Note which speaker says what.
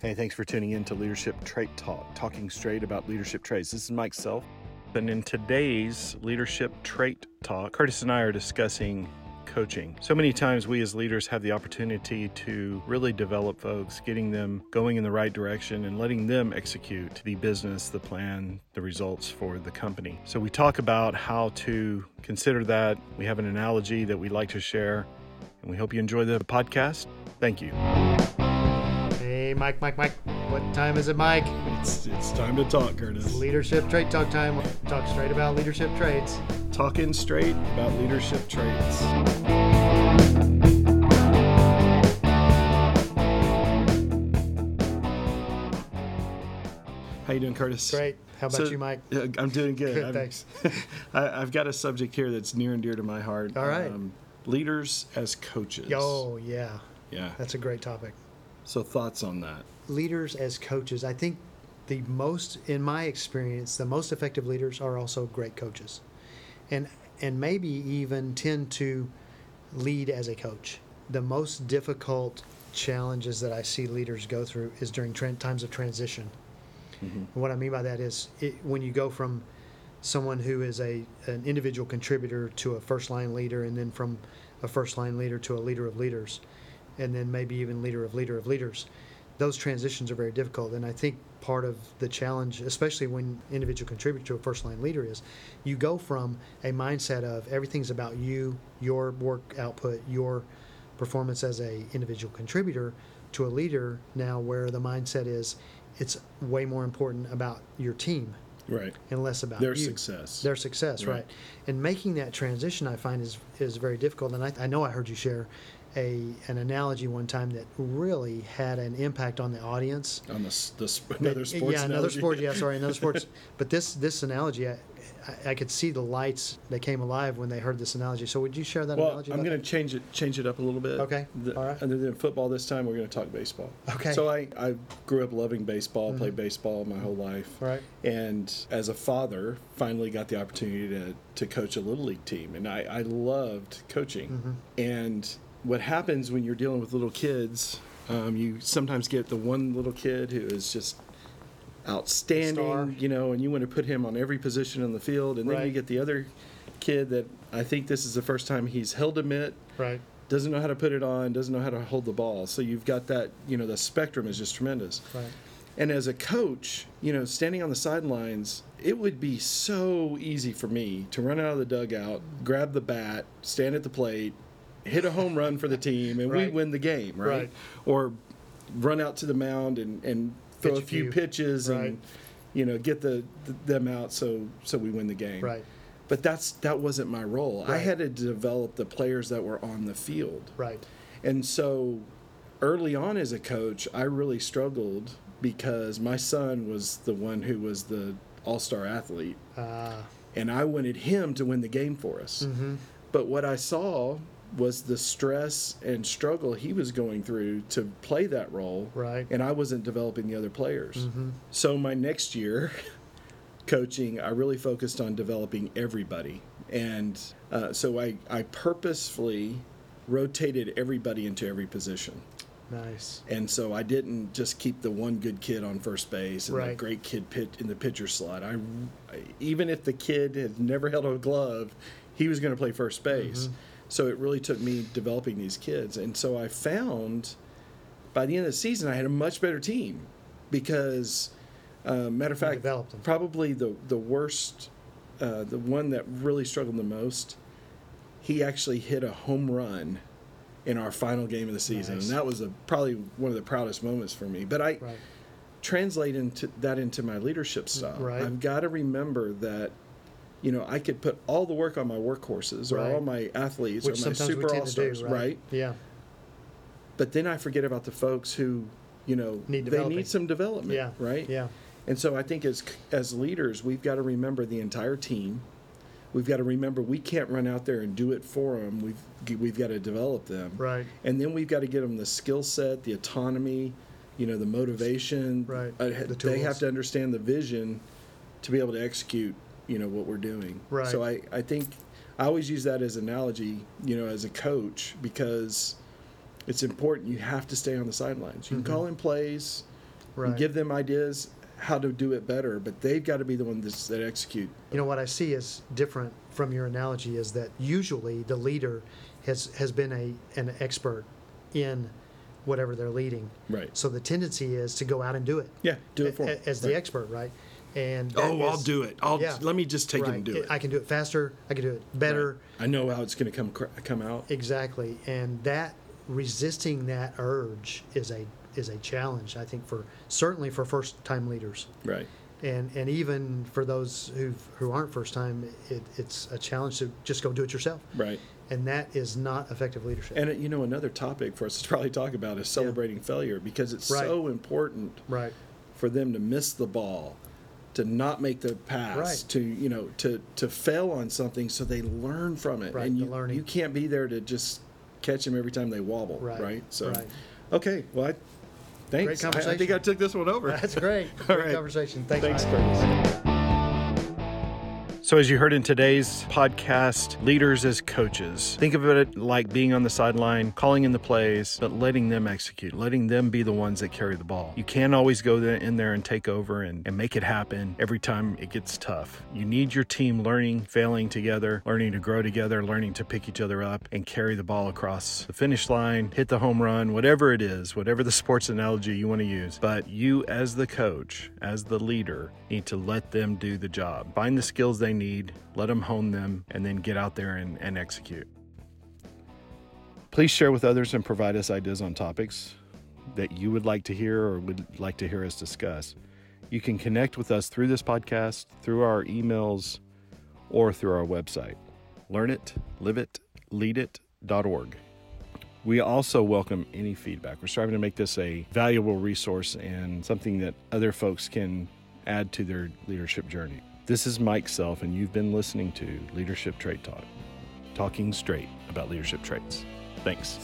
Speaker 1: Hey, thanks for tuning in to Leadership Trait Talk, talking straight about leadership traits. This is Mike Self. And in today's Leadership Trait Talk, Curtis and I are discussing coaching. So many times we as leaders have the opportunity to really develop folks, getting them going in the right direction and letting them execute the business, the plan, the results for the company. So we talk about how to consider that. We have an analogy that we like to share, and we hope you enjoy the podcast. Thank you.
Speaker 2: Hey, Mike, Mike, Mike. What time is it, Mike?
Speaker 3: It's, it's time to talk, Curtis.
Speaker 2: Leadership trait talk time. Talk straight about leadership traits.
Speaker 3: Talking straight about leadership traits. How you doing, Curtis?
Speaker 2: Great. How about
Speaker 3: So-
Speaker 2: you, Mike?
Speaker 3: Yeah, I'm doing good.
Speaker 2: Good,
Speaker 3: I'm-
Speaker 2: thanks.
Speaker 3: I, I've got a subject here that's near and dear to my heart. Um,
Speaker 2: All right.
Speaker 3: leaders as coaches.
Speaker 2: Oh, yeah.
Speaker 3: Yeah.
Speaker 2: That's a great topic.
Speaker 3: So thoughts on that?
Speaker 2: Leaders as coaches. I think the most, in my experience, the most effective leaders are also great coaches. And, and maybe even tend to lead as a coach. The most difficult challenges that I see leaders go through is during tran times of transition. And What I mean by that is it, when you go from someone who is a an individual contributor to a first line leader, and then from a first line leader to a leader of leaders, and then maybe even leader of leader of leaders. Those transitions are very difficult, and I think part of the challenge, especially when individual contributor to a first line leader, is you go from a mindset of everything's about you, your work output, your performance as a individual contributor to a leader now where the mindset is it's way more important about your team
Speaker 3: Right.
Speaker 2: and less about
Speaker 3: Their
Speaker 2: you.
Speaker 3: success.
Speaker 2: Their success, right.
Speaker 3: Right.
Speaker 2: And making that transition, I find, is is very difficult. And I, I know I heard you share a an analogy one time that really had an impact on the audience.
Speaker 3: On this, this another
Speaker 2: That-
Speaker 3: sports
Speaker 2: yeah, another
Speaker 3: analogy.
Speaker 2: sport. Yeah, sorry, another sports. but this this analogy, I, I, I could see the lights that came alive when they heard this analogy. So would you share that
Speaker 3: Well,
Speaker 2: analogy?
Speaker 3: I'm
Speaker 2: about
Speaker 3: going to change it change it up a little bit.
Speaker 2: Okay,
Speaker 3: The-
Speaker 2: all right.
Speaker 3: Other than football this time, we're going to talk baseball.
Speaker 2: Okay. Mm-hmm.
Speaker 3: So I, I grew up loving baseball, played baseball my whole life.
Speaker 2: Right.
Speaker 3: And as a father, finally got the opportunity to, to coach a little league team, and I, I loved coaching.
Speaker 2: Mm-hmm.
Speaker 3: And what happens when you're dealing with little kids? Um, you sometimes get the one little kid who is just outstanding,
Speaker 2: Star.
Speaker 3: you know, and you want to put him on every position on the field, and then
Speaker 2: Right.
Speaker 3: you get the other kid that I think this is the first time he's held a mitt,
Speaker 2: that? right.
Speaker 3: doesn't know how to put it on, doesn't know how to hold the ball. So you've got that, you know, the spectrum is just tremendous.
Speaker 2: Right.
Speaker 3: And as a coach, you know, standing on the sidelines, it would be so easy for me to run out of the dugout, grab the bat, stand at the plate, hit a home run for the team, and
Speaker 2: Right.
Speaker 3: we win the game, right?
Speaker 2: Right.
Speaker 3: Or run out to the mound and, and throw
Speaker 2: Pitch
Speaker 3: a
Speaker 2: a
Speaker 3: few
Speaker 2: few.
Speaker 3: pitches
Speaker 2: Right.
Speaker 3: and you know get the, th them out so so we win the game.
Speaker 2: Right.
Speaker 3: But that's that wasn't my role. I
Speaker 2: Right.
Speaker 3: had to develop the players that were on the field.
Speaker 2: Right.
Speaker 3: And so early on as a coach, I really struggled because my son was the one who was the all star athlete.
Speaker 2: Uh,
Speaker 3: And I wanted him to win the game for us. But what I saw was the stress and struggle he was going through to play that role.
Speaker 2: Right.
Speaker 3: And I wasn't developing the other players. So my next year, coaching, I really focused on developing everybody. And uh, so I, I purposefully rotated everybody into every position.
Speaker 2: nice.
Speaker 3: And so I didn't just keep the one good kid on first base and
Speaker 2: Right.
Speaker 3: the great kid pit in the pitcher slot. I, I- even if the kid had never held a glove, he was going to play first base.
Speaker 2: Mm-hmm.
Speaker 3: So it really took me developing these kids. And so I found by the end of the season I had a much better team because uh, matter of fact
Speaker 2: developed them.
Speaker 3: probably the the worst uh, the one that really struggled the most he actually hit a home run in our final game of the season,
Speaker 2: Nice.
Speaker 3: and that was a, probably one of the proudest moments for me. But I
Speaker 2: Right.
Speaker 3: translate into that into my leadership style.
Speaker 2: Right.
Speaker 3: I've got to remember that, you know, I could put all the work on my workhorses or
Speaker 2: Right.
Speaker 3: all my athletes
Speaker 2: Which
Speaker 3: or my
Speaker 2: sometimes we
Speaker 3: super all
Speaker 2: tend to
Speaker 3: stars,
Speaker 2: do,
Speaker 3: right?
Speaker 2: Yeah.
Speaker 3: But then I forget about the folks who, you know,
Speaker 2: Need
Speaker 3: they
Speaker 2: developing.
Speaker 3: need some development,
Speaker 2: Yeah.
Speaker 3: right?
Speaker 2: Yeah.
Speaker 3: And so I think as as leaders, we've got to remember the entire team. We've got to remember we can't run out there and do it for them. We've we've got to develop them.
Speaker 2: Right.
Speaker 3: And then we've got to give them the skill set, the autonomy, you know, the motivation.
Speaker 2: Right.
Speaker 3: Uh,
Speaker 2: The
Speaker 3: they
Speaker 2: tools.
Speaker 3: have to understand the vision to be able to execute, you know, what we're doing.
Speaker 2: Right.
Speaker 3: So I I think I always use that as analogy, you know, as a coach because it's important. You have to stay on the sidelines. You can call in plays,
Speaker 2: Mm-hmm. Right.
Speaker 4: and give them ideas how to do it better. But they've got to be the one that's, that execute.
Speaker 2: You know what I see is different from your analogy is that usually the leader has has been a an expert in whatever they're leading.
Speaker 4: Right.
Speaker 2: So the tendency is to go out and do it.
Speaker 4: Yeah, do it for 'em.
Speaker 2: A- as the
Speaker 4: Right.
Speaker 2: expert, right? And that
Speaker 4: Oh, I'll
Speaker 2: is-
Speaker 4: do it. I'll
Speaker 2: yeah.
Speaker 4: let me just take it and
Speaker 2: Right.
Speaker 4: do it.
Speaker 2: I can do it faster. I can do it better.
Speaker 4: I know how it's going to come cr- come out.
Speaker 2: Exactly, and that resisting that urge is a is a challenge. I think for certainly for first time leaders,
Speaker 4: right.
Speaker 2: and and even for those who who aren't first time, it, it's a challenge to just go do it yourself.
Speaker 4: Right.
Speaker 2: and that is not effective leadership.
Speaker 4: And uh, you know another topic for us to probably talk about is celebrating failure because it's
Speaker 2: Right.
Speaker 4: so important
Speaker 2: right,
Speaker 4: for them to miss the ball, to not make the pass,
Speaker 2: Right.
Speaker 4: to you know to to fail on something so they learn from it.
Speaker 2: Right,
Speaker 4: and
Speaker 2: the
Speaker 4: you,
Speaker 2: learning.
Speaker 4: you can't be there to just catch them every time they wobble.
Speaker 2: Right,
Speaker 4: Right. So,
Speaker 2: right.
Speaker 4: okay. Well, I, thanks. I- I, think
Speaker 2: conversation.
Speaker 4: I took this one over.
Speaker 2: that's great.
Speaker 4: All
Speaker 2: great
Speaker 4: right.
Speaker 2: conversation. Thanks,
Speaker 4: Thanks,
Speaker 2: Mike.
Speaker 4: Curtis.
Speaker 3: So, as you heard in today's podcast, leaders as coaches, think of it like being on the sideline, calling in the plays, but letting them execute, letting them be the ones that carry the ball. You can't always go there- in there and take over and, and make it happen every time it gets tough. You need your team learning, failing together, learning to grow together, learning to pick each other up and carry the ball across the finish line, hit the home run, whatever it is, whatever the sports analogy you want to use. But you, as the coach, as the leader, need to let them do the job. Find the skills they need, let them hone them, and then get out there and, and execute. Please share with others and provide us ideas on topics that you would like to hear or would like to hear us discuss. You can connect with us through this podcast, through our emails, or through our website. Learn it, live it, lead it.org. We also welcome any feedback. We're striving to make this a valuable resource and something that other folks can add to their leadership journey. This is Mike Self, and you've been listening to Leadership Trait Talk, talking straight about leadership traits. Thanks.